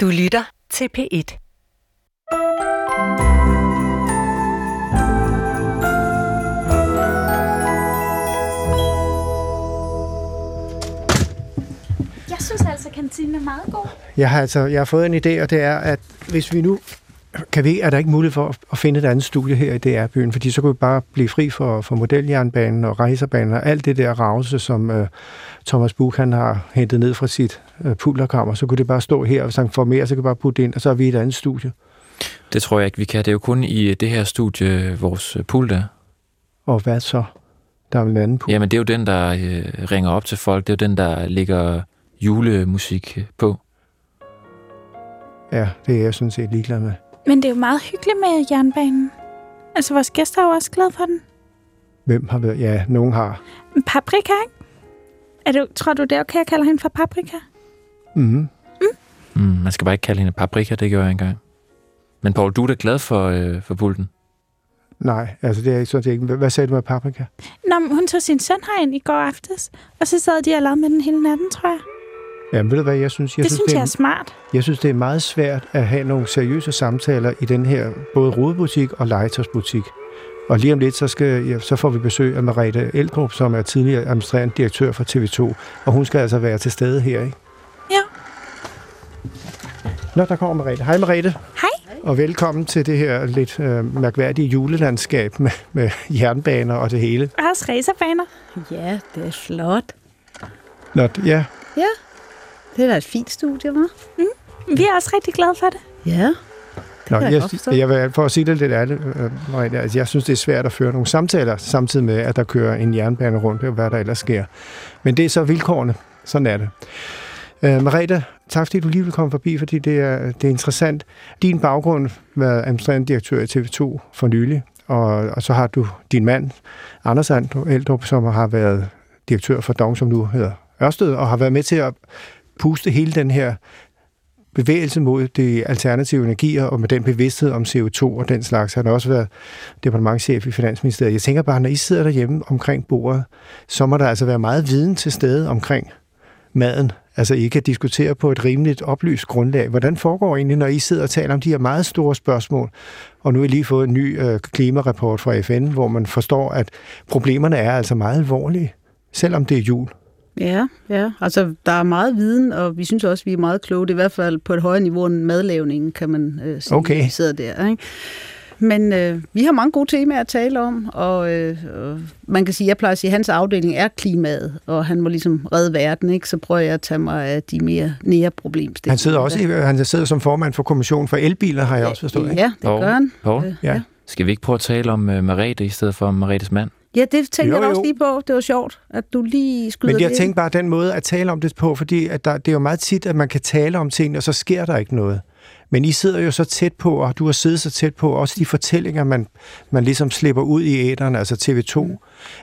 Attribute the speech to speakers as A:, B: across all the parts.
A: Du lytter til P1.
B: Jeg synes altså, at kantinen er meget god.
C: Jeg har altså jeg har fået en idé, og det er, at hvis vi nu... Kan vi, er der ikke mulighed for at- at finde et andet studie her i DR-byen? Fordi så kunne vi bare blive fri for, for modeljernbanen og rejserbanen og alt det der ravse, som øh, Thomas Buch han har hentet ned fra sit øh, pulterkammer. Så kunne det bare stå her, og hvis han får mere, så kan vi bare putte det ind, og så er vi i et andet studie.
D: Det tror jeg ikke, vi kan. Det er jo kun i øh, det her studie, vores øh, pult er.
C: Og hvad så? Der er vel en anden pult.
D: Jamen, det er jo den, der øh, ringer op til folk. Det er jo den, der lægger julemusik øh, på.
C: Ja, det er jeg sådan set ligeglad med.
B: Men det er jo meget hyggeligt med jernbanen. Altså, vores gæster er jo også glade for den.
C: Hvem har været? Ja, nogen har.
B: Men Paprika, ikke? Er det, tror du, det er okay at kalde hende for Paprika?
C: Mm-hmm.
D: Mm, man skal bare ikke kalde hende paprika, det gjorde jeg engang. Men Paul, du er da glad for, øh, for pulten.
C: Nej, altså det er jeg sådan set ikke. Hvad hvad sagde du med paprika?
B: Nå, men hun tog sin søn herind i går aftes, og så sad de og lavede med den hele natten, tror jeg.
C: Jamen ved du hvad, jeg synes, jeg
B: Jeg det synes
C: det
B: jeg
C: er
B: er smart.
C: Jeg synes, det er meget svært at have nogle seriøse samtaler i den her både rodebutik og legetøjsbutik. Og lige om lidt, så, skal, ja, så får vi besøg af Merete Eldrup, som er tidligere administrerende direktør for TV2. Og hun skal altså være til stede her, ikke?
B: Ja.
C: Nå, der kommer Merete. Hej Merete.
B: Hej.
C: Og velkommen til det her lidt øh, mærkværdige julelandskab med, med jernbaner og det hele.
B: Og også racerbaner.
E: Ja, det er flot.
C: Nå, ja.
E: Ja, det er da et fint studie, hva'?
B: Vi er også rigtig glade for det.
E: Ja. Det
C: Nå,
E: kan jeg
C: jeg,
E: godt forstå.
C: jeg, vil, for at sige det lidt ærligt, øh, Marianne, altså, jeg synes, det er svært at føre nogle samtaler, samtidig med, at der kører en jernbane rundt, og hvad der ellers sker. Men det er så vilkårene. Sådan er det. Øh, Marita, tak fordi du lige vil komme forbi, fordi det er, det er interessant. Din baggrund var administrerende direktør i TV2 for nylig, og, og så har du din mand, Anders Andrup Eldrup, som har været direktør for Dong, som nu hedder Ørsted, og har været med til at puste hele den her bevægelse mod de alternative energier, og med den bevidsthed om CO2 og den slags. Han har også været departementchef i Finansministeriet. Jeg tænker bare, når I sidder derhjemme omkring bordet, så må der altså være meget viden til stede omkring maden. Altså, I kan diskutere på et rimeligt oplyst grundlag. Hvordan foregår egentlig, når I sidder og taler om de her meget store spørgsmål? Og nu har I lige fået en ny øh, klimarapport fra FN, hvor man forstår, at problemerne er altså meget alvorlige, selvom det er jul.
E: Ja, ja. Altså, der er meget viden, og vi synes også, vi er meget kloge. Det er i hvert fald på et højere niveau end madlavningen, kan man øh, sige,
C: Okay.
E: vi sidder der. Ikke? Men øh, vi har mange gode temaer at tale om, og øh, og man kan sige, jeg plejer at sige, at hans afdeling er klimaet, og han må ligesom redde verden, ikke? så prøver jeg at tage mig af de mere nære problemstillinger.
C: Han sidder også i, øh, han sidder som formand for kommissionen for elbiler, har jeg også forstået. ikke?
E: Ja, det
D: Paul,
E: gør han.
D: Paul?
E: Øh,
C: Ja.
D: Skal vi ikke prøve at tale om øh, Merete i stedet for Meretes mand?
E: Ja, det tænkte
C: Jo,
E: jeg da
C: jo.
E: også lige på. Det var sjovt, at du lige skyder
C: Men jeg
E: det.
C: tænkte bare den måde at tale om det på, fordi at der, det er jo meget tit, at man kan tale om ting, og så sker der ikke noget. Men I sidder jo så tæt på, og du har siddet så tæt på, også de fortællinger, man, man ligesom slipper ud i æderen, altså TV2. Mm.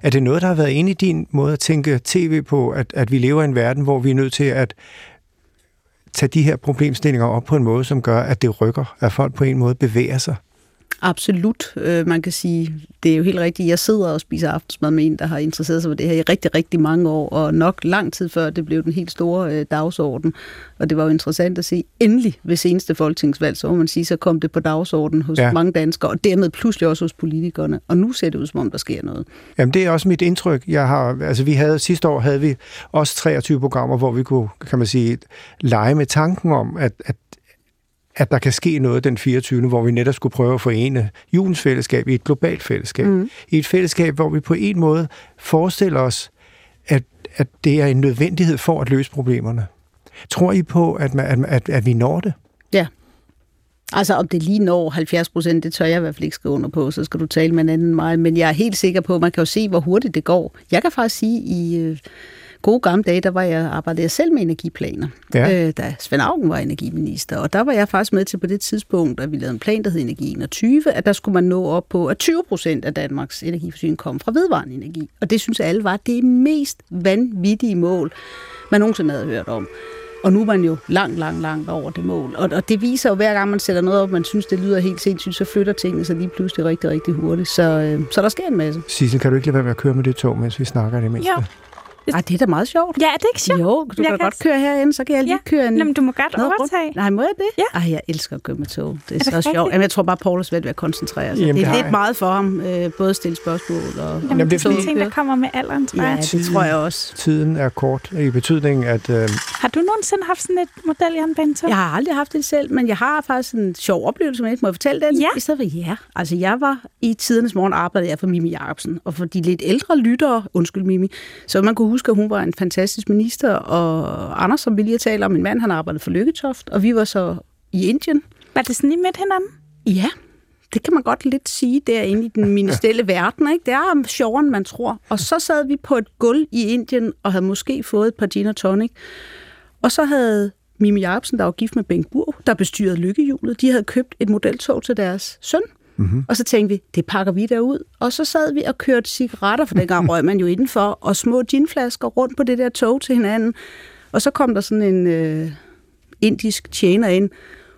C: Er det noget, der har været inde i din måde at tænke tv på, at, at vi lever i en verden, hvor vi er nødt til at tage de her problemstillinger op på en måde, som gør, at det rykker, at folk på en måde bevæger sig?
E: Absolut. Øh, man kan sige, det er jo helt rigtigt. Jeg sidder og spiser aftensmad med en, der har interesseret sig for det her i rigtig, rigtig mange år, og nok lang tid før det blev den helt store øh, dagsorden. Og det var jo interessant at se, endelig ved seneste folketingsvalg, så må man sige, så kom det på dagsordenen hos
C: Ja.
E: ja. mange danskere, og dermed pludselig også hos politikerne. Og nu ser det ud, som om der sker noget.
C: Jamen, det er også mit indtryk. Jeg har, altså, vi havde, sidste år havde vi også 23 programmer, hvor vi kunne, kan man sige, lege med tanken om, at, at, at der kan ske noget den 24., hvor vi netop skulle prøve at forene julens fællesskab i et globalt fællesskab. Mm. I et fællesskab, hvor vi på en måde forestiller os, at, at det er en nødvendighed for at løse problemerne. Tror I på, at, man, at, at, at vi når det?
E: Ja. Altså, om det lige når 70 procent, det tør jeg i hvert fald ikke skrive under på, så skal du tale med en anden end mig. Men jeg er helt sikker på, at man kan jo se, hvor hurtigt det går. Jeg kan faktisk sige, i øh, gode gamle dage, der var jeg, arbejdede jeg selv med energiplaner,
C: Ja.
E: øh, da Svend Augen var energiminister. Og der var jeg faktisk med til på det tidspunkt, at vi lavede en plan, der hed Energi 21, at der skulle man nå op på, at 20 procent af Danmarks energiforsyning kom fra vedvarende energi. Og det synes alle var det mest vanvittige mål, man nogensinde havde hørt om. Og nu er man jo langt, langt, langt over det mål. Og, og det viser jo, hver gang man sætter noget op, man synes, det lyder helt sindssygt, så flytter tingene sig lige pludselig rigtig, rigtig hurtigt. Så, øh, så der sker en masse.
C: Altså. Sissel, kan du ikke lade være med at køre med det tog, mens vi snakker det mindste?
B: Jo.
E: Ej, det er da meget sjovt.
B: Ja, er det ikke sjovt?
E: Jo, du
B: Jeg
E: kan da
B: kan
E: godt
B: s-
E: køre herhen, så kan jeg lige
B: Ja.
E: køre en...
B: Nå, men du må godt
E: noget
B: overtage.
E: rundt. Nej, må jeg det?
B: Ja.
E: Ej, jeg elsker at køre med tog. Det er,
B: det
E: så
B: rigtigt?
E: sjovt. Jamen, jeg tror bare, Paul er svært ved at koncentrere
C: Jamen,
E: sig. Jamen, det
C: det
E: er
C: har
E: lidt
C: jeg.
E: meget for ham, øh, både at stille spørgsmål og...
B: Jamen,
C: Jamen,
B: det er sådan
E: fordi-
B: ting, der kommer med alderen, tror
E: Ja,
B: jeg.
E: det tror jeg også.
C: Tiden er kort i betydningen, at øh,
B: Har du nogensinde haft sådan et modeljernbanetog?
E: Jeg har aldrig haft det selv, men jeg har faktisk en sjov oplevelse med det. Må jeg fortælle den?
B: Ja.
E: I stedet for ja. Altså, jeg var i tidernes morgen arbejdede jeg for Mimi Jacobsen, og for de lidt ældre lyttere, undskyld Mimi, så man kunne huske, at hun var en fantastisk minister, og Anders, som vi lige taler om, min mand, han arbejdede for Lykketoft, og vi var så i Indien.
B: Var det sådan, I mødte hinanden?
E: Ja, det kan man godt lidt sige derinde i den ministerielle verden. Ikke? Det er sjovere, end man tror. Og så sad vi på et gulv i Indien og havde måske fået et par gin og tonic. Og så havde Mimi Jacobsen, der var gift med Bengt Burg, der bestyrede lykkehjulet, de havde købt et modeltog til deres søn.
C: Mhm.
E: Mm-hmm. Og så tænkte vi, det pakker vi derud. Og så sad vi og kørte cigaretter, for dengang røg man jo indenfor, og små ginflasker rundt på det der tog til hinanden. Og så kom der sådan en øh, indisk tjener ind.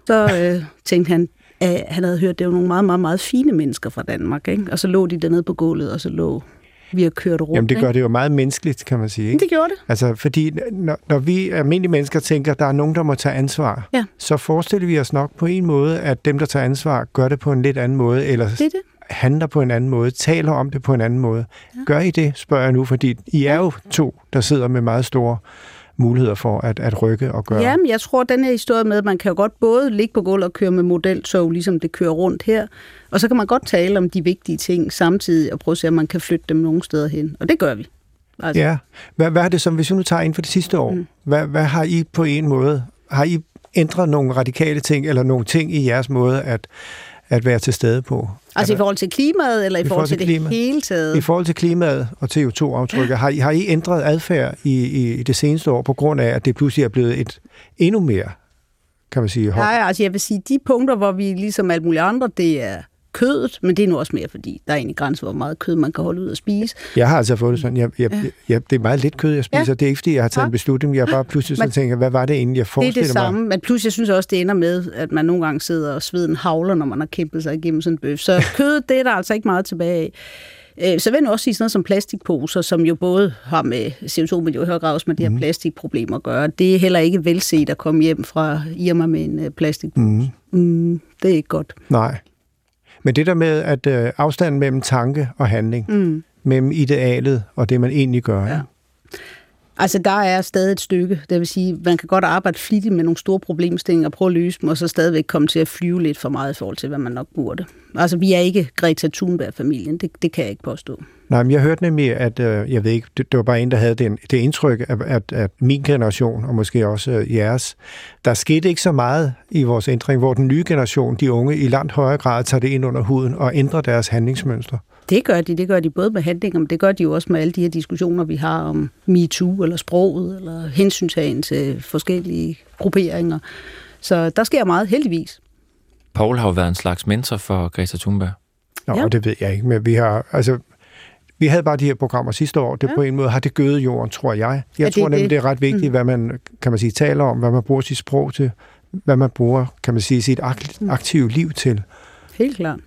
E: Så øh, tænkte han, at han havde hørt, at det var nogle meget, meget, meget fine mennesker fra Danmark. Ikke? Og så lå de dernede på gulvet, og så lå vi og kørte rundt.
C: jamen, det gør det jo meget menneskeligt, kan man sige.
E: ikke?
C: Ikke?
E: det gjorde det.
C: Altså, fordi når, når vi almindelige mennesker tænker, at der er nogen, der må tage ansvar,
E: Ja.
C: så forestiller vi os nok på en måde, at dem, der tager ansvar, gør det på en lidt anden måde, eller
E: Det er det.
C: handler på en anden måde, taler om det på en anden måde. Ja. Gør I det, spørger jeg nu, fordi I er jo to, der sidder med meget store muligheder for at, at rykke og gøre.
E: Ja, men jeg tror, den her historie med, at man kan jo godt både ligge på gulvet og køre med modeltog, ligesom det kører rundt her, og så kan man godt tale om de vigtige ting samtidig, og prøve at se, om man kan flytte dem nogle steder hen. Og det gør vi. Altså,
C: Ja. Hvad, hvad er det som, hvis vi nu tager ind for det sidste år, mm. hvad, hvad har I på en måde, har I ændret nogle radikale ting, eller nogle ting i jeres måde at, at være til stede på?
E: altså i forhold til klimaet, eller i, forhold til,
C: klima.
E: det hele
C: I
E: taget?
C: forhold til klimaet og CO2-aftrykket, har I, har I ændret adfærd i, i, i det seneste år, på grund af, at det pludselig er blevet et endnu mere, kan man sige, hånd?
E: Nej, altså jeg vil sige, de punkter, hvor vi ligesom alle mulige andre, det er kødet, men det er nu også mere, fordi der er egentlig grænser, hvor meget kød man kan holde ud og spise.
C: Jeg har altså fået det sådan, jeg, jeg, jeg, jeg, det er meget lidt kød, jeg spiser.
E: Ja.
C: Ja. Det er ikke, fordi jeg har taget en
E: Nej.
C: beslutning. Jeg har bare pludselig sådan
E: Men-
C: tænker, hvad var det egentlig, jeg
E: Det er det
C: forestillede mig?
E: samme, men plus jeg synes også, det ender med, at man nogle gange sidder og sveden havler, når man har kæmpet sig igennem sådan en bøf. Så kødet, det er der altså ikke meget tilbage af. Øh, Så vil jeg nu også sige sådan noget som plastikposer, som jo både har med CO2, men jo i høj grad også med de her plastikproblemer at gøre. Det er heller ikke velset at komme hjem fra Irma med en øh, plastikpose. Mm. Mm, det er ikke godt.
C: Nej. Men det der med, at øh, afstanden mellem tanke og handling,
E: Mm.
C: mellem idealet og det, man egentlig gør,
E: Ja.
C: ja.
E: Altså, der er stadig et stykke. Det vil sige, man kan godt arbejde flittigt med nogle store problemstillinger og prøve at løse dem, og så stadigvæk komme til at flyve lidt for meget i forhold til, hvad man nok burde. Altså, vi er ikke Greta Thunberg-familien. Det, det kan jeg ikke påstå.
C: Nej, men jeg hørte nemlig, at øh, jeg ved ikke, det, det var bare en, der havde den, det indtryk, at, at, at min generation, og måske også øh, jeres, der skete ikke så meget i vores ændring, hvor den nye generation, de unge, i langt højere grad tager det ind under huden og ændrer deres handlingsmønstre.
E: Det gør de. Det gør de både med handlinger, men det gør de jo også med alle de her diskussioner, vi har om MeToo, eller sproget, eller hensyntagen til forskellige grupperinger. Så der sker meget, heldigvis.
D: Paul har jo været en slags mentor for Greta Thunberg.
C: Nå,
E: Ja.
C: ja. det ved jeg ikke, men vi har, altså, vi havde bare de her programmer sidste år, det ja. på en måde har det gødet jorden, tror jeg. Jeg
E: det
C: tror nemlig,
E: det?
C: det? det er ret vigtigt, mm. hvad man, kan man sige, taler om, hvad man bruger sit sprog til, hvad man bruger, kan man sige, sit ak- aktive liv til.
E: Helt klart.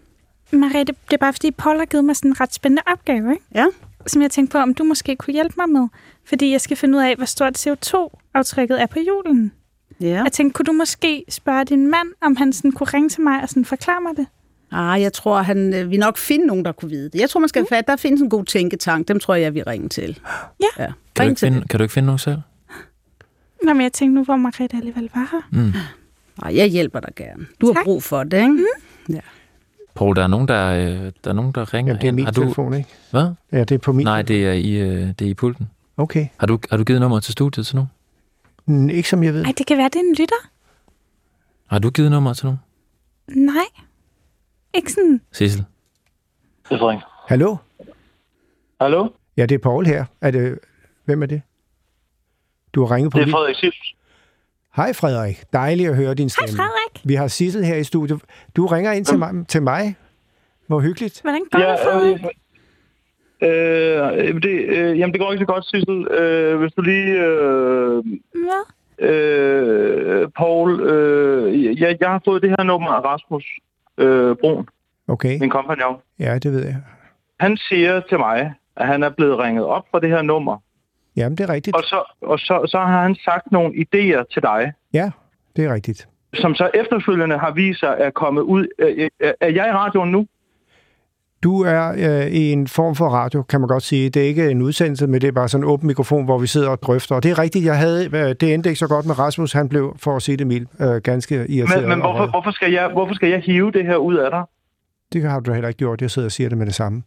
B: Marie, det, det er bare fordi, Paul har givet mig sådan en ret spændende opgave, ikke?
E: Ja.
B: som jeg tænkte på, om du måske kunne hjælpe mig med. Fordi jeg skal finde ud af, hvor stort CO2-aftrykket er på julen.
E: Ja.
B: Jeg tænkte, kunne du måske spørge din mand, om han sådan kunne ringe til mig og sådan forklare mig det?
E: Ah, jeg tror, han øh, vil nok finde nogen, der kunne vide det. Jeg tror, man
B: Mm.
E: skal fat. Der findes en god tænketank. Dem tror jeg, jeg vil ringe til.
B: Ja.
E: ja.
D: Kan, du
E: Ring
D: ikke
E: til
D: finde, kan du ikke finde nogen selv?
B: Nå, men jeg tænkte nu, hvor Margrethe alligevel var her.
D: Mm.
E: dem. Ej, Ah, jeg hjælper dig gerne. Du har
B: Tak. Mm.
E: brug for det, ikke?
D: Paul, der er nogen, der, øh, der, er nogen, der ringer
C: Jamen, det er
D: ind.
C: min
D: har du,
C: telefon, ikke?
D: Hvad?
C: Ja, det er på min.
D: Nej, det er i, øh, det er i pulten.
C: Okay.
D: Har du, har du givet nummeret til studiet til nogen?
C: Mm, ikke som jeg ved.
B: Ej, det kan være, det er en lytter.
D: Har du givet nummeret til nogen?
B: Nej. Ikke sådan.
D: Sissel?
A: Det er Frederik.
C: Hallo?
A: Hallo?
C: Ja, det er Paul her. Er det, hvem er det? Du har ringet på
A: Det er
C: min-
A: Frederik Sivs.
C: Hej Frederik. Dejligt at høre din
B: Hej
C: stemme.
B: Frederik.
C: Vi har Sissel her i studiet. Du ringer ind til
A: Mm.
C: mig. Til mig. Hvor hyggeligt.
B: Hvordan går det, Frederik?
A: øh, øh, det, øh, jamen, det går ikke så godt, Sissel. Øh, hvis du lige... Øh,
B: Hvad?
A: øh, Paul, øh, jeg, jeg har fået det her nummer af Rasmus øh, Brun,
C: Okay.
A: min kompagnon.
C: Ja, det ved jeg.
A: Han siger til mig, at han er blevet ringet op fra det her nummer,
C: Jamen, det er rigtigt.
A: Og så, og så, så har han sagt nogle idéer til dig,
C: Ja, det er rigtigt.
A: som så efterfølgende har vist sig at komme ud. Øh, øh, Er jeg i radioen nu?
C: Du er øh, i en form for radio, kan man godt sige. Det er ikke en udsendelse, men det er bare sådan en åben mikrofon, hvor vi sidder og drøfter. Og det er rigtigt, jeg havde, øh, det endte ikke så godt med Rasmus. Han blev, for at sige det mildt, øh, ganske irriteret.
A: Men, men
C: og
A: hvorfor,
C: vred.
A: hvorfor, skal jeg, hvorfor skal jeg hive det her ud af dig?
C: Det har du heller ikke gjort. Jeg sidder og siger det med det samme.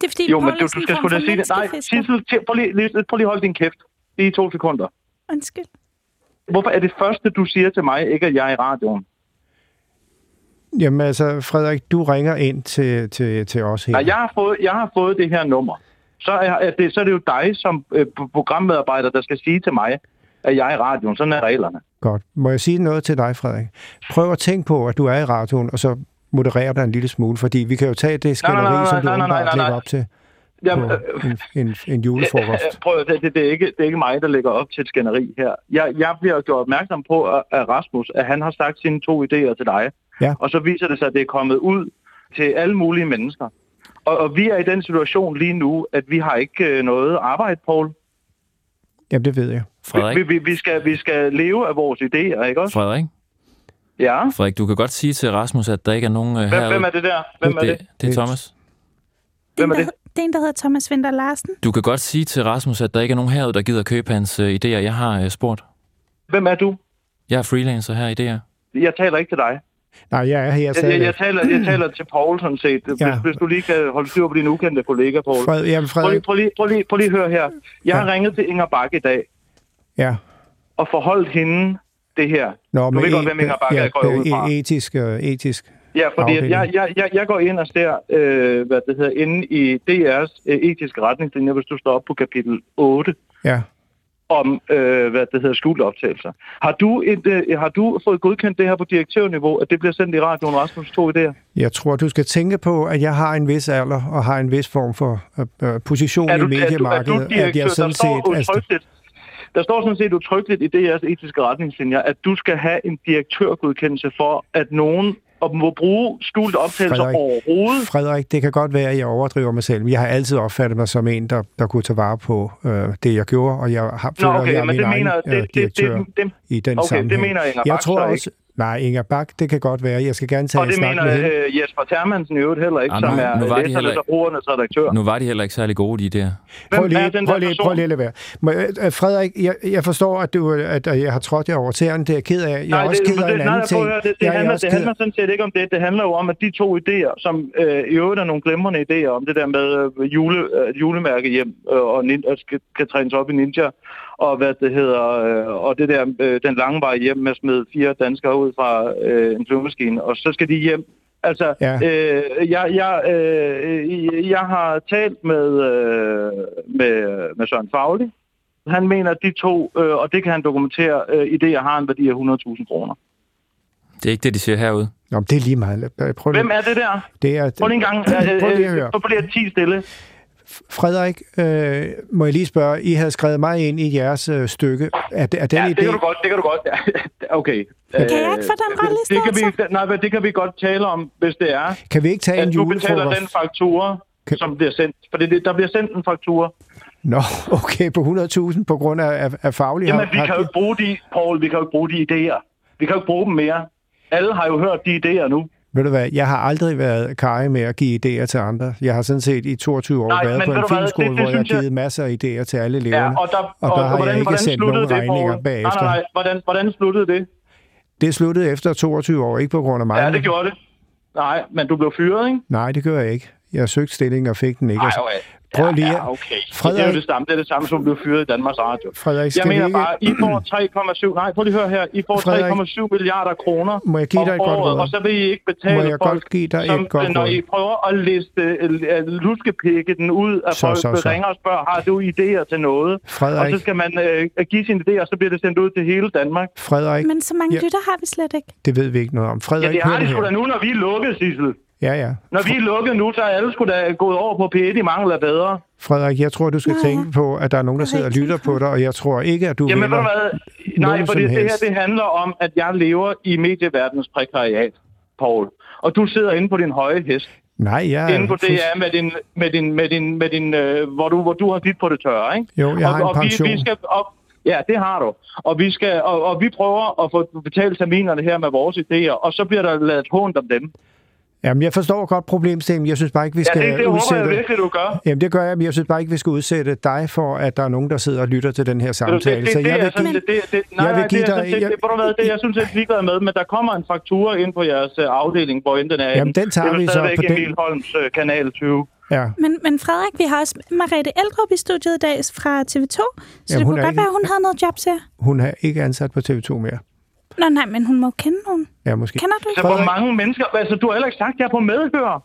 B: Det er fordi,
A: Jo,
B: Poul
A: men
B: er
A: du,
B: sådan
A: du
B: en altså. form
A: skal
B: for
A: sgu da sige det. Nej,
B: menneskefisker.
A: Sissel, til- prøv lige, lige- prøv lige holde din kæft. Det er i to sekunder.
B: Undskyld.
A: Hvorfor er det første, du siger til mig, ikke at jeg er i radioen?
C: Jamen altså, Frederik, du ringer ind til, til, til os her.
A: Nej, jeg har fået, jeg har fået det her nummer. Så er, er det, så er det jo dig som øh, pro- programmedarbejder, der skal sige til mig, at jeg er i radioen. Sådan er reglerne.
C: Godt. Må jeg sige noget til dig, Frederik? Prøv at tænke på, at du er i radioen, og så modererer dig en lille smule, fordi vi kan jo tage det skænderi,
A: nej, nej,
C: som du
A: nej, nej, nej,
C: åbenbart lægger
A: nej.
C: op til
A: Jamen, øh,
C: på en, en, en julefrokost.
A: Prøv, at- det, det, det, er ikke, det er ikke mig, der lægger op til et skænderi her. Jeg, jeg bliver gjort opmærksom på at, at Rasmus, at han har sagt sine to idéer til dig.
C: Ja.
A: Og så viser det sig, at det er kommet ud til alle mulige mennesker. Og, og vi er i den situation lige nu, at vi har ikke øh, noget arbejde, Poul.
C: Jamen, det ved jeg.
D: Frederik,
A: Vi, vi, vi, skal, vi skal leve af vores idéer, ikke også?
D: Frederik,
A: Ja.
D: Frederik, du kan godt sige til Rasmus, at der ikke er nogen øh,
A: Hvem,
D: herude.
A: hvem er det der? Hvem er det?
D: det? Det er Thomas.
B: Det er,
A: Hvem
B: en,
A: er
B: der,
A: det?
B: hed- det er en, der hedder Thomas Vinter Larsen.
D: Du kan godt sige til Rasmus, at der ikke er nogen herude, der gider købe hans øh, idéer. Jeg har øh, spurgt.
A: Hvem er du?
D: Jeg er freelancer her i idéer.
A: Jeg taler ikke til dig.
C: Nej, jeg er her
A: Jeg, jeg,
C: stadigvæk.
A: jeg, taler, jeg taler til Poul, sådan set. Hvis,
C: Ja.
A: hvis du lige kan holde styr på din ukendte kollega, Poul.
C: Fred, jamen,
A: Prøv lige,
C: Frederik,
A: prøv, lige, prøv, lige, prøv lige at høre her. Jeg har
C: Ja.
A: ringet til Inger Bakke i dag
C: ja.
A: og forholdt hende det her.
C: Nå,
A: du ved
C: men e-
A: godt, hvem Inger Bakke
C: ja,
A: er, går jeg ud fra.
C: e- etisk, øh, etisk.
A: Ja, fordi at jeg, jeg, jeg, jeg går ind og ser, øh, hvad det hedder, inde i DR's øh, etiske retningslinjer, hvis du står op på kapitel 8,
C: Ja.
A: om, øh, hvad det hedder, skjulte optagelser. Har du, et, øh, har du fået godkendt det her på direktørniveau, at det bliver sendt i radioen Rasmus to idéer?
C: Jeg tror, du skal tænke på, at jeg har en vis alder og har en vis form for øh, øh, position i mediemarkedet. at jeg sådan
A: der, står
C: set, altså,
A: udtrykkeligt, der står sådan set udtrykkeligt i DR's etiske retningslinjer, at du skal have en direktørgodkendelse for, at nogen og må bruge skjult optagelser
C: Frederik.
A: overhovedet.
C: Frederik, det kan godt være, at jeg overdriver mig selv, men jeg har altid opfattet mig som en, der, der kunne tage vare på øh, det, jeg gjorde, og jeg har
A: Nå,
C: føler, at jeg
A: okay,
C: er
A: men
C: min
A: det
C: egen
A: mener...
C: øh,
A: Det, det,
C: direktør
A: det, det,
C: i den
A: okay,
C: sammenhæng.
A: det mener Inger
C: jeg
A: Bach
C: tror
A: så
C: også, Nej, Inger Bak, det kan godt være. Jeg skal gerne tage
A: og
C: en
A: det
C: snak
A: mener
C: med hende.
A: øh, Jesper Thermansen i øvrigt heller ikke,
D: Ah,
A: som
D: nu-
A: er
D: nu var de
A: læsernes
D: heller ikke-
A: og brugernes redaktør.
D: Nu var de heller ikke særlig gode, de der.
C: Prøv
A: Hvem er
C: lige,
A: den
C: prøv
A: der
C: lige,
A: person?
C: prøv lige at lade være. Må jeg- øh, Frederik, jeg, jeg forstår, at, du, at at jeg har trådt jer over tæerne. Det er jeg ked af. Jeg er også
A: det,
C: ked af
A: det,
C: en
A: nej,
C: anden
A: prøv
C: ting.
A: at høre, Det, det,
C: Jeg er
A: handler,
C: også
A: det
C: ked-
A: handler sådan set ikke om det. Det handler jo om, at de to idéer, som øh, i øvrigt er nogle glimrende idéer om det der med øh, jule, øh, julemærke hjem øh, og, nin, og skal, skal trænes op i ninja, og hvad det hedder, øh, og det der, øh, den lange vej hjem med at smide fire danskere ud fra øh, en flyvemaskine, og så skal de hjem. Altså,
C: Ja.
A: ja. øh, jeg, jeg, øh, jeg har talt med, øh, med, med Søren Fagli, han mener, at de to, øh, og det kan han dokumentere, øh, idéer har en værdi af 100.000 kroner.
D: Det er ikke det, de siger herude.
C: Nå, men det er lige meget. Lad- Prøv lige.
A: Hvem er det der?
C: Det er,
A: Prøv lige en gang. Øh,
C: Prøv lige at høre.
A: Så bliver 10 stille.
C: Frederik, øh, må jeg lige spørge, I havde skrevet mig ind i jeres øh, stykke. Er, er den
A: Ja, det
C: idé...
A: kan du godt, det kan du godt. Ja, okay.
B: Kan jeg ikke få den
A: Øh,
B: rolleliste,
A: det kan
B: altså?
A: vi, Nej, men det kan vi godt tale om, hvis det er,
C: Kan vi ikke tage en
A: at du betaler den
C: julefrokost?
A: faktura,
C: Kan-
A: som bliver sendt. For det, er det- der bliver sendt en faktura.
C: Nå, okay, på 100.000 på grund af, af, af faglig...
A: Jamen, vi kan jo ikke bruge de, Paul, vi kan jo ikke bruge de idéer. Vi kan jo ikke bruge dem mere. Alle har jo hørt de idéer nu.
C: Ved du hvad, jeg har aldrig været karrig med at give idéer til andre. Jeg har sådan set i 22 år
A: Nej,
C: været
A: men
C: på
A: ved
C: en
A: du hvad,
C: filmskole,
A: det- det
C: hvor jeg har
A: synes jeg-
C: givet masser af idéer til alle eleverne.
A: Ja, og der,
C: og der har jeg ikke sendt nogen
A: det, Poul?
C: regninger bagefter.
A: Nej, nej, nej. Hvordan, hvordan sluttede det?
C: Det sluttede efter 22 år, ikke på grund af mig.
A: Ja, det gjorde det. Nej, men du blev fyret, ikke?
C: Nej, det gør jeg ikke. Jeg søgte stillingen og fik den ikke.
A: Nej,
C: Altså,
A: okay.
C: Prøv lige at-
A: Ja, okay. Frederik... Det er
C: Frederik-
A: jo det samme, det er det samme som blev fyret i Danmarks Radio.
C: Frederik,
A: Jeg
C: skal vi
A: mener
C: ikke...
A: bare, I får 3,7... Nej, prøv lige at høre her. I
C: Frederik-
A: får 3,7 milliarder kroner
C: Må jeg give dig
A: om
C: et godt
A: året,
C: råd?
A: og så vil I ikke betale
C: Må jeg
A: folk,
C: godt give dig et
A: som,
C: godt
A: når
C: råd?
A: I prøver at liste, øh, luskepikke den ud, at
C: Så,
A: folk
C: så, så.
A: ringer og spørger, har du idéer til noget? Og så
C: Frederik,
A: skal man øh, give sine idéer, og så bliver det sendt ud til hele Danmark.
C: Frederik,
B: Men så mange
C: Ja.
B: lytter har vi slet ikke.
C: det ved vi ikke noget om.
A: Ja,
C: Frederik,
A: det
C: hør
A: har de
C: det
A: sgu da
C: her.
A: nu, når vi er lukket, Sissel.
C: Ja, ja.
A: Når vi er lukket nu, så er alle sgu da gået over på P1 i mangel af bedre.
C: Frederik, jeg tror, du skal
B: Nå, ja.
C: tænke på, at der er nogen, der
B: Det er
C: sidder og
B: rigtigt.
C: lytter på dig, og jeg tror ikke, at du
A: Jamen, ved du
C: vinder.
A: hvad?
C: nogen
A: Nej, fordi
C: som
A: det her
C: helst.
A: det handler om, at jeg lever i medieverdenens prekariat, Paul. Og du sidder inde på din høje hest.
C: Nej, jeg...
A: Inden på det
C: fuldst-
A: er med din, med din, med din, med din øh, hvor, du, hvor du har dit på det tørre, ikke?
C: Jo, jeg har en pension.
A: Vi, vi skal, og, ja, det har du. Og vi, skal, og, og vi prøver at få betalt terminerne her med vores idéer, og så bliver der lavet hånd om dem.
C: Jamen, jeg forstår godt problemstillingen. Jeg synes bare ikke, vi
A: Ja,
C: skal
A: det, det håber
C: udsætte...
A: jeg virkelig, du gør.
C: Jamen, det gør jeg, men jeg synes bare ikke, vi skal udsætte dig for, at der er nogen, der sidder og lytter til den her samtale.
A: Det, det,
C: så
A: det, det,
C: jeg
A: er
C: vil
A: sådan,
C: give...
A: det, det, det, nej,
C: jeg vil
A: nej,
C: give
A: det, er
C: dig-
A: sådan set-
C: jeg-
A: det, ved du hvad, det, er jeg synes, jeg ligeglad med, men der kommer en faktura ind på jeres øh, afdeling, hvor end den er.
C: Jamen,
A: henne.
C: den tager
A: det er vel
C: vi så
A: stadigvæk
C: på den-
A: Emil Holms øh, kanal 20.
C: Ja.
B: Men, men Frederik, vi har også Mariette Eldrup i studiet i dag fra TV2, så
C: Jamen,
B: det kunne
C: hun er
B: godt
C: ikke-
B: være, at hun havde noget job til.
C: Hun er ikke ansat på TV2 mere.
B: Nå nej, men hun må jo kende nogen.
C: Ja, måske.
B: Kender du
A: Så
B: ikke?
A: hvor
C: Frederik?
A: mange mennesker... Altså, du har heller ikke sagt, at jeg er på medhører.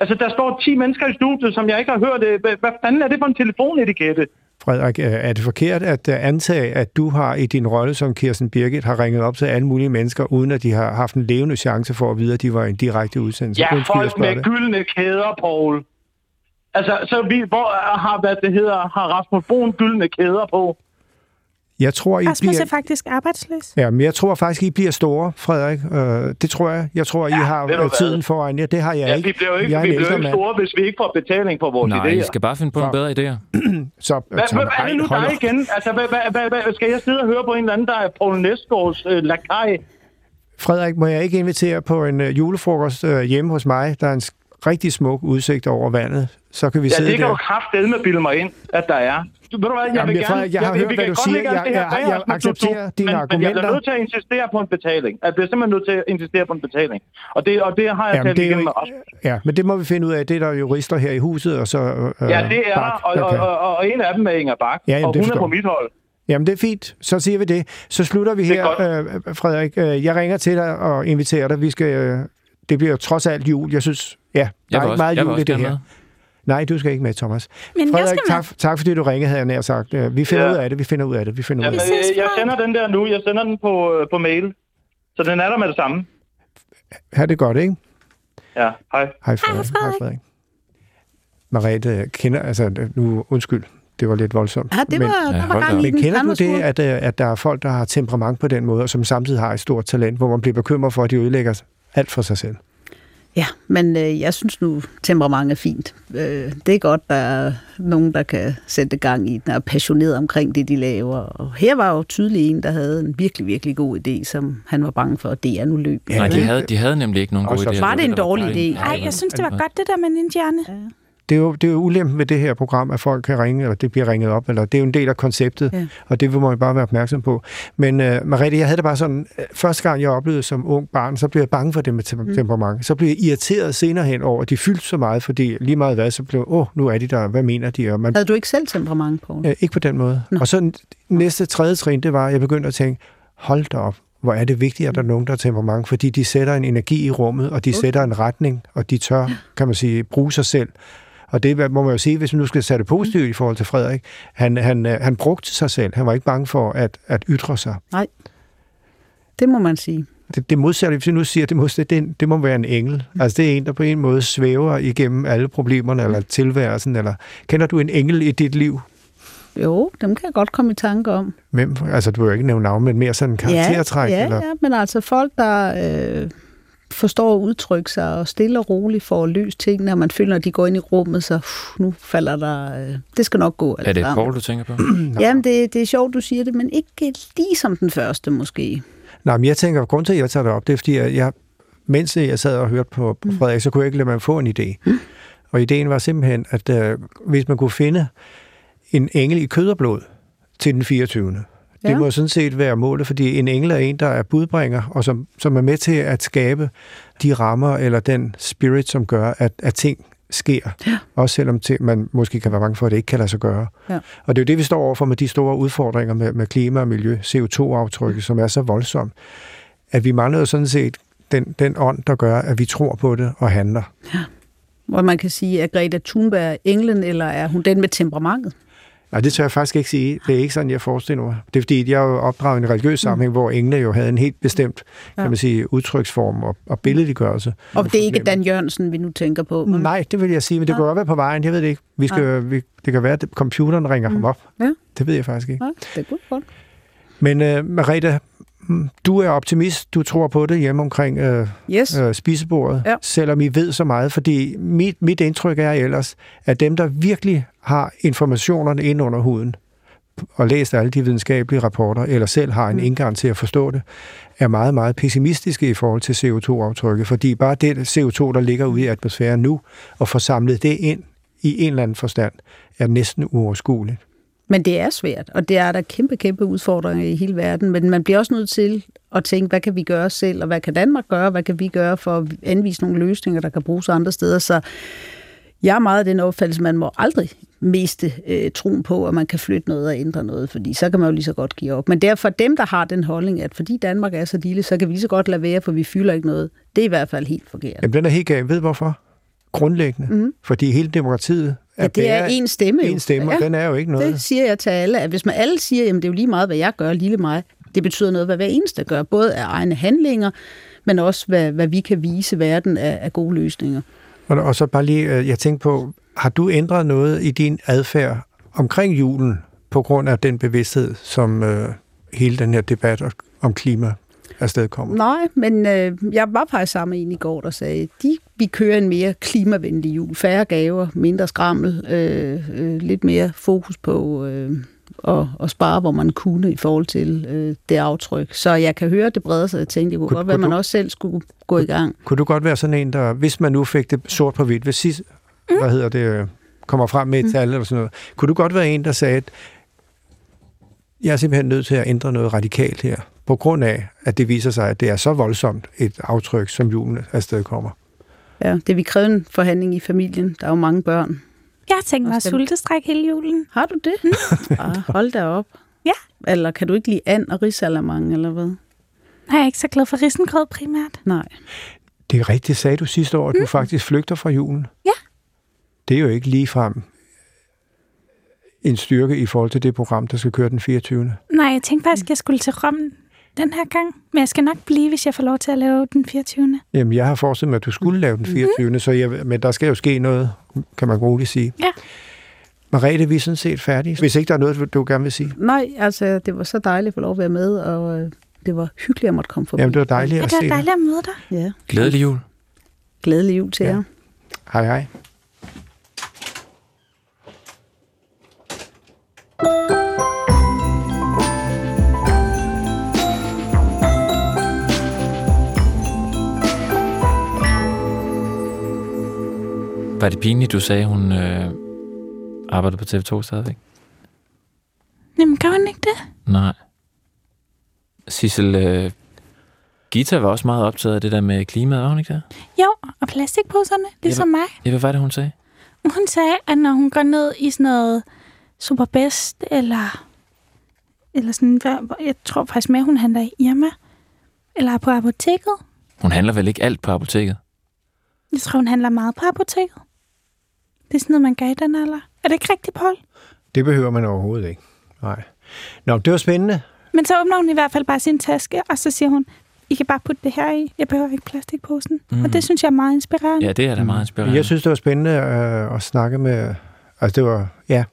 A: Altså, der står 10 mennesker i studiet, som jeg ikke har hørt. øh, Hvad, hvad fanden er det for en telefonetikette?
C: Frederik, øh, er det forkert at øh, antage, at du har i din rolle som Kirsten Birgit har ringet op til alle mulige mennesker, uden at de har haft en levende chance for at vide, at de var i en direkte udsendelse?
A: Ja,
C: Undskyld, jeg
A: folk
C: spørger
A: med
C: dig.
A: gyldne kæder, Poul. Altså, så vi, hvor har, hvad det hedder, har Rasmus Broen gyldne kæder på?
C: Jeg tror, I
B: Rasmus er
C: bliver...
B: faktisk arbejdsløs.
C: Ja, men jeg tror faktisk, I bliver store, Frederik. Øh, det tror jeg. Jeg tror, I har øh,
A: ved du hvad?
C: tiden foran jer. Det har jeg
A: Ja,
C: ikke.
A: vi bliver jo ikke,
C: jeg er
A: vi
C: en
A: bliver jo
C: ældre
A: ikke
C: mand.
A: store, hvis vi ikke får betaling på vores
D: Nej,
A: idéer.
D: vi skal bare finde på nogle bedre idéer.
C: Så,
A: Hvad,
C: Tom,
A: hvad, hvad er det nu
C: hold
A: dig
C: op.
A: igen? Altså, hvad, hvad, hvad, hvad, skal jeg sidde og høre på en eller anden, der er Poul Næsgaards øh, lakaj?
C: Frederik, må jeg ikke invitere på en øh, julefrokost øh, hjemme hos mig? Der er en s- rigtig smuk udsigt over vandet. Så kan vi
A: Ja,
C: sidde
A: det kan
C: der.
A: du kraftedme bilde mig ind, at der er. Du, ved du hvad, jeg
C: Jamen,
A: vil
C: jeg-
A: gerne...
C: Frederik, jeg har
A: vil-
C: hørt,
A: vi
C: hvad
A: kan
C: du
A: godt
C: siger.
A: lægge alt
C: Jeg-
A: det her
C: jeg-
A: bag
C: jeg
A: os, men du-
C: accepterer
A: du-
C: dine
A: men, Men jeg
C: argumenter.
A: bliver nødt til at insistere på en betaling. Altså, Jeg bliver simpelthen nødt til at insistere på en betaling. Og det, og det har jeg
C: Jamen,
A: talt
C: det er jo
A: igennem med
C: ikke, ja, men det må vi finde ud af. Det er der jurister her i huset, og så... Øh,
A: Ja, det er
C: Bak,
A: der, og,
C: der
A: og,
C: kan.
A: og, og en af dem er Inger Bak,
C: Ja, jamen,
A: og
C: det
A: hun er
C: forstår
A: på
C: jeg.
A: mit hold.
C: Jamen, det er fint. Så siger vi det. Så slutter vi
A: Det
C: her,
A: er
C: øh, Frederik. Øh, Jeg ringer til dig og inviterer dig. Vi skal, øh, det bliver jo trods alt jul. Jeg synes, ja, der
D: Jeg
C: er
D: vil
C: ikke
D: også,
C: meget
D: jeg vil
C: jul i
D: også
C: det
D: gerne
C: her.
D: med.
C: Nej, du skal ikke med, Thomas.
B: Men jeg
C: Frederik,
B: skal med.
C: tak, tak fordi du ringede, havde jeg nær sagt. Øh, Vi finder
A: Ja.
C: ud af det, vi finder ud af det, vi finder ud af
A: Jamen,
C: det.
B: Vi ses
A: øh, jeg
B: snart.
A: sender den der nu. Jeg sender den på, øh, på mail. Så den er der med det samme.
C: Ha' det godt, ikke?
A: Ja, hej.
C: Hej Frederik.
B: Frederik.
C: Frederik. Mariette, kender, altså nu, undskyld, det var lidt voldsomt.
E: Ja, Ah, det
C: men,
E: var,
D: Ja,
E: der
D: hold
E: var
D: da
E: gang
D: op.
E: i den.
C: men kender du
E: Anders
C: det,
E: Fogh.
C: at, øh, at der er folk, der har temperament på den måde, og som samtidig har et stort talent, hvor man bliver bekymret for, at de ødelægger alt for sig selv?
E: Ja, men øh, jeg synes nu, temperament er fint. Øh, det er godt, der er nogen, der kan sætte gang i den og er passioneret omkring det, de laver. Og her var jo tydelig en, der havde en virkelig, virkelig god idé, som han var bange for, at det er nu løb.
D: Nej, de
C: det-
D: havde, de havde nemlig ikke nogen
C: Og
D: gode
C: så-
D: idéer.
C: Var
E: det en
D: var
E: dårlig
D: problemet.
E: idé?
D: Ja,
B: Ej,
D: det var-
B: jeg synes, det var godt, det der med ninjerne.
C: Det er, jo, det er jo ulempen ved det her program, at folk kan ringe, eller det bliver ringet op, eller det er jo en del af konceptet, ja.
E: Ja.
C: og det vil man jo bare være opmærksom på. Men uh, Mariette, jeg havde det bare sådan, øh, første gang jeg oplevede som ung barn, så blev jeg bange for det med tem- temperament. Så blev jeg irriteret senere hen over, at de fyldte så meget, fordi lige meget hvad, så blev åh, oh, nu er de der, hvad mener de? Og man
E: Havde du ikke selv temperament, Poul?
C: Øh, ikke på den måde. Nå. Og så n- næste tredje trin, det var, at jeg begyndte at tænke, hold da op, hvor er det vigtigt, at der er nogen, der er temperament, fordi de sætter en energi i rummet, og de okay. sætter en retning, og de tør, kan man sige, bruge sig selv. Og det hvad- må man jo sige, hvis man nu skal sætte det positivt i forhold til Frederik, han, han, øh, han brugte sig selv. Han var ikke bange for at, at ytre sig.
E: Nej, det må man sige.
C: Det, det modsatte, hvis vi nu siger, det, modsatte, det, er en- det må være en engel. Altså det er en, der på en måde svæver igennem alle problemerne, eller tilværelsen, eller kender du en engel i dit liv?
E: Jo, dem kan jeg godt komme i tanke om.
C: Hvem? Altså, du vil jo ikke nævne navn, men mere sådan karaktertræk?
E: ja, ja,
C: eller?
E: ja, men altså folk, der øh, forstår at udtrykke sig og stille og roligt får løst tingene, og man føler, at de går ind i rummet, så uh, nu falder der... Øh, det skal nok gå.
D: Er det
E: sammen.
D: Paul, du tænker på?
E: Jamen, det, det er sjovt, du siger det, men ikke lige som den første, måske.
C: Nej, men jeg tænker, grund til, at jeg tager det op, det er, fordi jeg- jeg, mens jeg sad og hørte på, på Frederik, så kunne jeg ikke lade mig få en idé. Og ideen var simpelthen, at øh, hvis man kunne finde en engel i kød og blod til den 24. Ja. Det
E: Ja.
C: må sådan set være målet, fordi en engel er en, der er budbringer, og som, som er med til at skabe de rammer eller den spirit, som gør, at, at ting sker. Ja. Også selvom ting, man måske kan være bange for, at det ikke kan lade sig gøre.
E: Ja.
C: Og det er jo det, vi står overfor med de store udfordringer med, med klima og miljø, CO2-aftrykket, som er så voldsomt, at vi mangler jo sådan set den, den ånd, der gør, at vi tror på det og handler.
E: Hvor man kan sige, at Greta Thunberg er englen, eller er hun den med temperamentet?
C: Nej, det tør jeg faktisk ikke sige. Det er ikke sådan, jeg forestiller mig. Det er fordi, at jeg er jo opdraget i en religiøs sammenhæng, hvor engle jo havde en helt bestemt, ja.
E: Mm. Ja. Mm.
C: kan man sige, udtryksform og, og billedliggørelse.
E: Og det er ikke Dan Jørgensen, vi nu tænker på. Men,
C: Nej, det vil jeg sige, men det kan godt være på vejen, jeg ved det ikke. Vi skal, vi, det kan være, at computeren ringer mm. ham op.
E: Ja.
C: Det ved jeg faktisk ikke.
E: Ja, det kunne godt.
C: Men uh, Marita, du er optimist, du tror på det hjemme omkring øh,
E: Yes.
C: øh, spisebordet,
E: Ja.
C: selvom I ved så meget, fordi mit, mit indtryk er ellers, at dem, der virkelig har informationerne ind under huden, og læst alle de videnskabelige rapporter, eller selv har en
E: Mm.
C: indgang til at forstå det, er meget, meget pessimistiske i forhold til CO2-aftrykket, fordi bare det CO2, der ligger ude i atmosfæren nu, og få samlet det ind i en eller anden forstand, er næsten uoverskueligt.
E: Men det er svært, og det er der kæmpe, kæmpe udfordringer i hele verden. Men man bliver også nødt til at tænke, hvad kan vi gøre selv, og hvad kan Danmark gøre, hvad kan vi gøre for at anvise nogle løsninger, der kan bruges andre steder. Så jeg er meget af den opfattelse, man må aldrig miste øh, troen på, at man kan flytte noget og ændre noget, fordi så kan man jo lige så godt give op. Men derfor dem, der har den holdning, at fordi Danmark er så lille, så kan vi lige så godt lade være, for vi fylder ikke noget, det er i hvert fald helt forkert.
C: Jamen, den er helt gal. Ved du hvorfor? Grundlæggende. Mm. Fordi hele demokratiet er
E: Ja, det er
C: bare
E: én stemme. jo.
C: en stemme,
E: Ja.
C: ja. den er jo ikke noget.
E: Det siger jeg til alle, at hvis man alle siger, jamen det er jo lige meget, hvad jeg gør, lille mig, det betyder noget, hvad hver eneste gør, både af egne handlinger, men også hvad, hvad vi kan vise verden af, af gode løsninger.
C: Og, og så bare lige, øh, jeg tænkte på, har du ændret noget i din adfærd omkring julen på grund af den bevidsthed, som øh, hele den her debat om- om klima afstedkommer?
E: Nej, men øh, jeg var faktisk sammen med en i går, der sagde, de, vi kører en mere klimavenlig jul. Færre gaver, mindre skrammel, øh, øh, lidt mere fokus på øh, at, at spare, hvor man kunne i forhold til øh, det aftryk. Så jeg kan høre, at det breder sig. Jeg tænkte, det kunne
C: Kunne-
E: godt være,
C: kunne
E: man
C: du-
E: også selv skulle gå i gang.
C: Kunne du godt være sådan en, der, hvis man nu fik det sort på hvidt, hvis sidst, mm. hvad hedder det, øh, kommer frem med et tal eller sådan noget, kunne du godt være en, der sagde, at jeg er simpelthen nødt til at ændre noget radikalt her, på grund af, at det viser sig, at det er så voldsomt et aftryk, som julen afstedkommer?
E: Ja, det vi kræver en forhandling i familien. Der er jo mange børn.
B: Jeg har tænkt mig at
E: Også dem.
B: sultestrække hele julen.
E: Har du det? ah, hold da op.
B: Ja.
E: Eller kan du ikke lide and og risalamang, eller hvad?
B: Nej, jeg er ikke så glad for risengrød primært.
E: Nej.
C: Det er rigtigt, sagde du sidste år, at du faktisk flygter fra julen.
B: Mm. Ja.
C: Det er jo ikke ligefrem en styrke i forhold til det program, der skal køre den 24.
B: Nej, jeg tænkte faktisk, at jeg skulle til Rom den her gang. Men jeg skal nok blive, hvis jeg får lov til at lave den 24.
C: Jamen, jeg har forestillet mig, at du skulle lave den
B: Mhm.
C: 24. Så jeg, men der skal jo ske noget, kan man roligt sige.
B: Ja.
C: Marete, vi er sådan set færdige. Hvis ikke der er noget, du gerne vil sige.
E: Nej, altså, det var så dejligt at få lov at være med, og øh, det var hyggeligt, at jeg måtte komme forbi.
C: Jamen, det var dejligt
B: Ja,
C: at
B: det
C: se
B: var
C: dig.
B: dejligt at møde dig.
E: Ja,
D: Glædelig jul.
E: glædelig jul til
C: Ja.
E: ja. jer.
C: Hej, hej.
D: Var det pinligt, du sagde, hun øh, arbejdede på TV2 stadigvæk?
B: Jamen, gør hun ikke det?
D: Nej. Sissel, øh, Gita var også meget optaget af det der med klimaet, var hun ikke det?
B: Jo, og plastikposerne, ligesom mig.
D: Ja, hvad var det, hun sagde?
B: Hun sagde, at når hun går ned i sådan noget Superbest, eller, eller sådan, hvad, hvor- jeg tror faktisk med, hun handler i Irma, eller er på apoteket.
D: Hun handler vel ikke alt på apoteket?
B: Jeg tror, hun handler meget på apoteket. Det er sådan noget, man gør i den alder. Er det ikke rigtigt, Paul?
C: Det behøver man overhovedet ikke. Nej. Nå, det var spændende.
B: Men så åbner hun i hvert fald bare sin taske, og så siger hun, I kan bare putte det her i. Jeg behøver ikke plastikposen. Mm. Og det synes jeg er meget inspirerende.
D: Ja, det er da meget inspirerende.
C: Jeg synes, det var spændende øh, at snakke med... Altså, det var... Ja.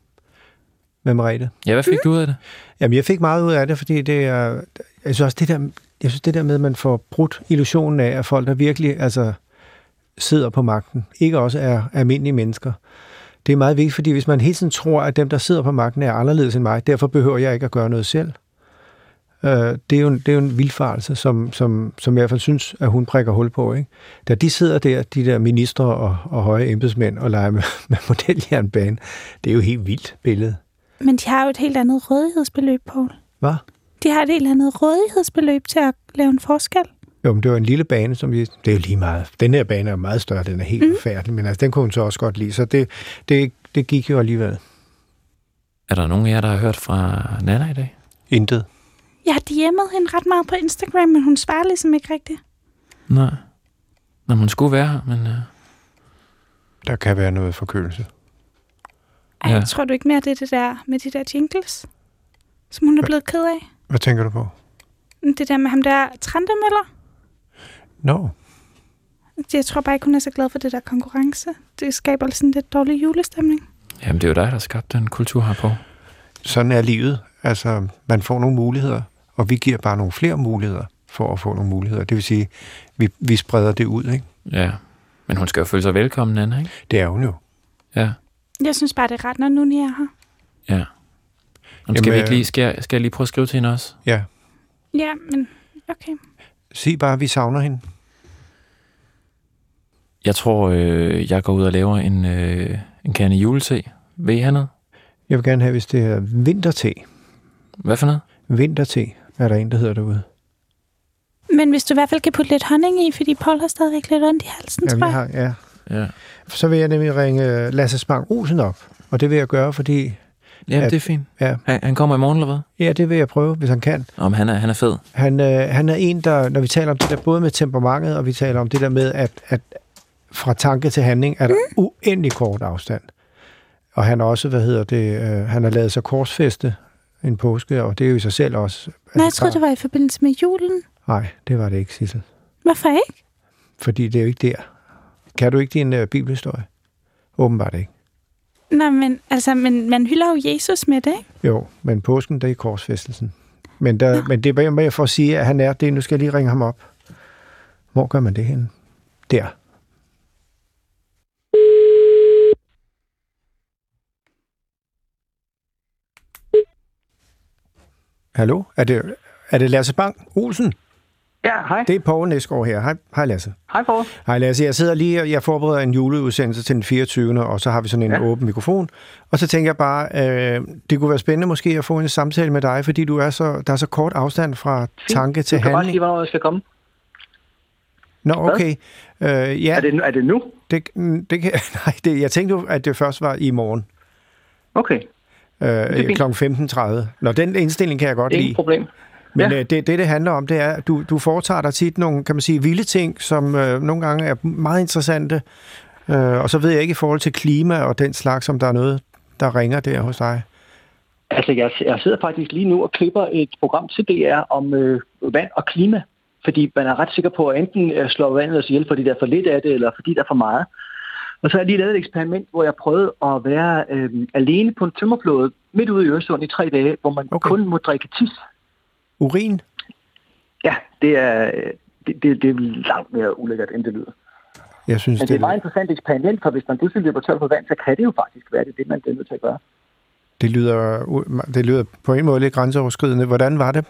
C: Med Marete.
D: Ja, hvad fik du ud af det?
C: Jamen, jeg fik meget ud af det, fordi det er... Jeg synes også, det der, jeg synes, det der med, at man får brudt illusionen af, at folk, der virkelig altså, sidder på magten, ikke også er almindelige mennesker. Det er meget vigtigt, fordi hvis man hele tiden tror, at dem, der sidder på magten, er anderledes end mig, derfor behøver jeg ikke at gøre noget selv. Øh, det, er jo en, det er jo en vildfarelse, som, som, som jeg i hvert fald synes, at hun prikker hul på. Ikke? Da de sidder der, de der ministre og, og høje embedsmænd, og leger med, med modeljernbane, det er jo et helt vildt billede.
B: Men de har jo et helt andet rådighedsbeløb, Paul.
C: Hvad?
B: De har et helt andet rådighedsbeløb til at lave en forskel.
C: Jo, men det var en lille bane, som vi... Det er jo lige meget. Den her bane er meget større, den er helt
B: Mhm.
C: mm. forfærdelig, men altså, den kunne hun så også godt lide, så det, det, det gik jo alligevel.
D: Er der nogen af jer, der har hørt fra Nana i dag?
C: Intet.
B: Jeg har DM'et hende ret meget på Instagram, men hun svarer ligesom ikke rigtigt.
D: Nej. Nå, men hun skulle være her, men... Øh,
C: Der kan være noget forkølelse.
B: Ej,
D: Ja.
B: ja. tror du ikke mere, det er det der med de der jingles, som hun er blevet ked af?
C: Hvad tænker du på?
B: Det der med ham der Trantemøller?
C: Nå, no.
B: Jeg tror bare ikke, hun er så glad for det der konkurrence. Det skaber sådan lidt dårlig julestemning.
D: jamen, det er jo dig, der skabte den kultur herpå.
C: sådan er livet. Altså, man får nogle muligheder, Og vi giver bare nogle flere muligheder for at få nogle muligheder. Det vil sige, vi, vi spreder det ud, ikke?
D: Ja. Men hun skal jo føle sig velkommen, Anna, ikke?
C: Det er hun jo.
D: Ja.
B: Jeg synes bare, det retner nu, når jeg er her.
D: Ja. Jamen, skal, vi
C: Jamen,
D: ikke lige, skal, jeg, skal jeg lige prøve at skrive til hende også?
C: Ja.
B: Ja, men okay.
C: Sig bare, at vi savner hende.
D: Jeg tror, øh, jeg går ud og laver en, øh, en kande julete. Vil I have noget?
C: Jeg vil gerne have, hvis det er vinterte.
D: Hvad for noget?
C: Vinterte er der en, der hedder derude.
B: Men hvis du i hvert fald kan putte lidt honning i, fordi Paul har stadigvæk lidt ondt i halsen, tror
C: vi
B: jeg.
C: har, ja.
D: Ja,
C: Så vil jeg nemlig ringe øh, Lasse Spang Olsen op. Og det vil jeg gøre, fordi
D: ja
C: Ja.
D: det er fint.
C: Ja.
D: Han, han kommer i morgen, eller hvad?
C: ja, det vil jeg prøve, hvis han kan.
D: Om han er, han er fed.
C: Han, øh, han er en, der, når vi taler om det der både med temperamentet, og vi taler om det der med, at, at fra tanke til handling er der
B: Mm.
C: uendelig kort afstand. Og han har også, hvad hedder det, øh, han har lavet sig korsfeste en påske, og det er jo i sig selv også.
B: Nej, jeg troede, det var i forbindelse med julen.
C: Nej, det var det ikke, Sissel.
B: Hvorfor ikke?
C: Fordi det er jo ikke der. Kan du ikke din øh, bibelhistorie? Åbenbart ikke.
B: Nej, men, altså, men man hylder jo Jesus med det, ikke?
C: Jo, men påsken, det er korsfæstelsen. Men, der, men det er bare med for at sige, at han er det. Nu skal jeg lige ringe ham op. Hvor gør man det henne? Der. Hallo? Er det, er det Lasse Bang Olsen?
A: Ja, hej.
C: Det er Poul Næsgaard her. Hej, hej Lasse.
A: Hej, Paul.
C: Hej Lasse, jeg sidder lige og jeg forbereder en juleudsendelse til den 24. Og så har vi sådan en ja.
A: Ja.
C: åben mikrofon. Og så tænker jeg bare, øh, det kunne være spændende måske at få en samtale med dig, fordi du er så, der er så kort afstand fra tanke til
A: Du kan godt sige,
C: handling.
A: hvornår jeg skal komme.
C: Nå, okay. Øh, ja,
A: Er det, er det nu?
C: det, mm, det kan, nej, det, jeg tænkte jo, at det først var i morgen
A: Okay,
C: øh,
A: fint.
C: kl. 15.30. Nå, den indstilling kan jeg godt
A: ingen
C: lide.
A: problem.
C: Men
A: Ja.
C: øh, det, det, det handler om, det er, at du, du foretager dig tit nogle, kan man sige, vilde ting, som øh, nogle gange er meget interessante. Øh, og så ved jeg ikke i forhold til klima og den slags, om der er noget, der ringer der hos dig.
A: Altså, jeg, jeg sidder faktisk lige nu og klipper et program til DR om øh, vand og klima. Fordi man er ret sikker på, at enten øh, slår vandet os ihjel, fordi der er for lidt af det, eller fordi der er for meget. Og så har jeg lige lavet et eksperiment, hvor jeg prøvede at være øh, alene på en tømmerflåde midt ude i Øresund i tre dage, hvor man
C: Okay.
A: okay. kun må drikke tis.
C: Urin?
A: Ja, det er, øh, det, det, det er langt mere ulækkert, end det lyder.
C: Jeg synes,
A: Men det
C: det,
A: er et meget interessant eksperiment, for hvis man pludselig løber tør for vand, så kan det jo faktisk være, det er det, man er nødt til at gøre.
C: det, lyder, u- det lyder på en måde lidt grænseoverskridende. Hvordan var det?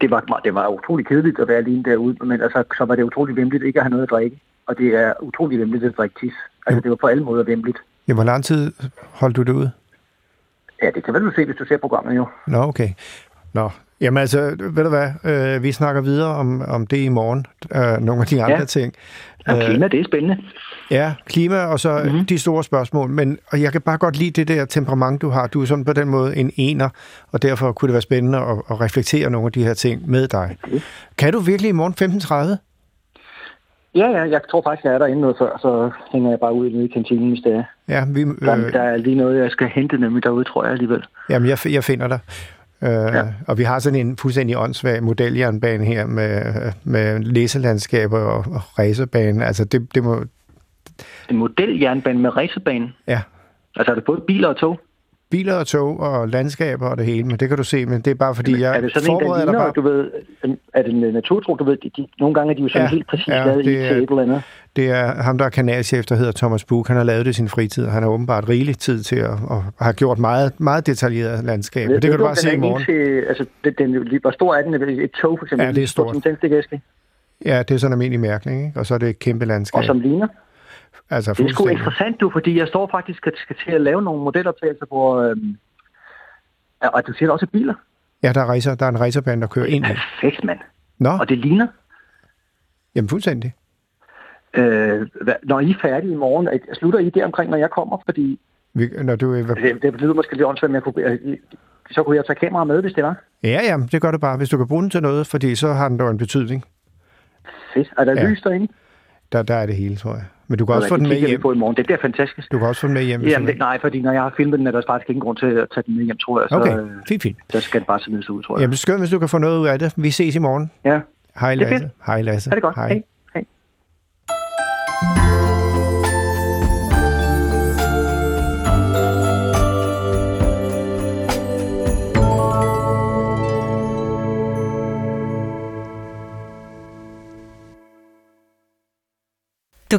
A: det var, det var utrolig kedeligt at være alene derude, men altså, så var det utrolig vemmeligt ikke at have noget at drikke. Og det er utrolig vemmeligt at drikke tis. Altså, det var på alle måder vemmeligt.
C: Ja, hvor lang tid holdt du det ud?
A: Ja, det kan vel du se, hvis du ser programmet jo.
C: Nå, okay. Nå. Jamen altså, ved du hvad, øh, vi snakker videre om, om det i morgen, øh, nogle af de andre
A: Ja.
C: ting.
A: Og klima, det er spændende.
C: Ja, klima og så mm-hmm.
A: Mhm.
C: de store spørgsmål. Men og jeg kan bare godt lide det der temperament, du har. Du er sådan på den måde en ener, og derfor kunne det være spændende at, at reflektere nogle af de her ting med dig.
A: Mhm.
C: Okay. Kan du virkelig i morgen
A: Ja, ja, jeg tror faktisk, jeg er derinde noget før, så hænger jeg bare ud nede i kantinen, hvis det er.
C: 15.30? Ja, vi,
A: Der,
C: øh,
A: der er lige noget, jeg skal hente nemlig derude, tror jeg alligevel.
C: jamen jeg, fi- jeg finder dig. Øh, ja. Og vi har sådan en fuldstændig åndssvag modeljernbane her med, med læselandskaber og, og racerbane. Altså det, det må...
A: En modeljernbane med racerbane.
C: Ja,
A: Altså, er det både biler og tog?
C: biler og tog og landskaber og det hele, men det kan du se, men det er bare fordi, jeg
A: er det sådan en, der
C: forbereder dig
A: ligner,
C: bare...
A: du ved, er det en naturtro, du ved, de, de, nogle gange er de jo sådan
C: Ja,
A: ja, helt præcis
C: ja,
A: ja, lavet
C: det
A: i til
C: er-
A: et eller andet.
C: Det er ham, der er kanalchef, der hedder Thomas Buch. Han har lavet det i sin fritid. Han har åbenbart rigelig tid til at, og har gjort meget, meget detaljeret landskab. Det, det kan du bare
A: den er
C: se i
A: ikke
C: morgen.
A: Til, altså, den, den, er jo lige- hvor stor er den? Et tog, for eksempel.
C: Ja, det er stort.
A: Som tændstikæske,
C: Ja, det er sådan en almindelig mærkning, ikke? Og så er det et kæmpe landskab.
A: og som ligner.
C: altså
A: Det er sgu
C: fuldstændig.
A: interessant, du, fordi jeg står faktisk og skal til at lave nogle modeloptagelser, hvor... Øhm, ja, og du ser også biler.
C: Ja, der er, racer, der er en racerbane, der kører ind. i.
A: Perfekt, mand.
C: Nå,
A: Og det ligner.
C: jamen fuldstændig.
A: Øh, hvad, når I er færdige i morgen, at- slutter I der omkring, når jeg kommer? Fordi
C: Vi, når du,
A: det, det lyder måske lidt åndssvagt, men jeg kunne, øh, så kunne jeg tage kamera med, hvis det var.
C: ja, ja, det gør du bare, hvis du kan bruge den til noget, fordi så har den dog en betydning.
A: Fedt. Er der
C: Ja.
A: ja. lys derinde?
C: Der, der er det hele, tror jeg. Men du kan også
A: Eller,
C: få den
A: det
C: med
A: kigger vi
C: hjem.
A: på i morgen. Det bliver fantastisk.
C: Du kan også få den med hjem. hvis du
A: Jamen, det,
C: vil.
A: nej, fordi når jeg har filmet den, er der faktisk ingen grund til at tage den med hjem, tror jeg. Så, øh,
C: Okay, fint, fint.
A: Der skal det bare smides ud, tror jeg.
C: Jamen, skønt, hvis du kan få noget ud af det. Vi ses i morgen.
A: Ja,
C: Hej,
A: Det er
C: Lasse. Hej, Lasse.
A: ha' det godt. Hej. Hej.
F: Du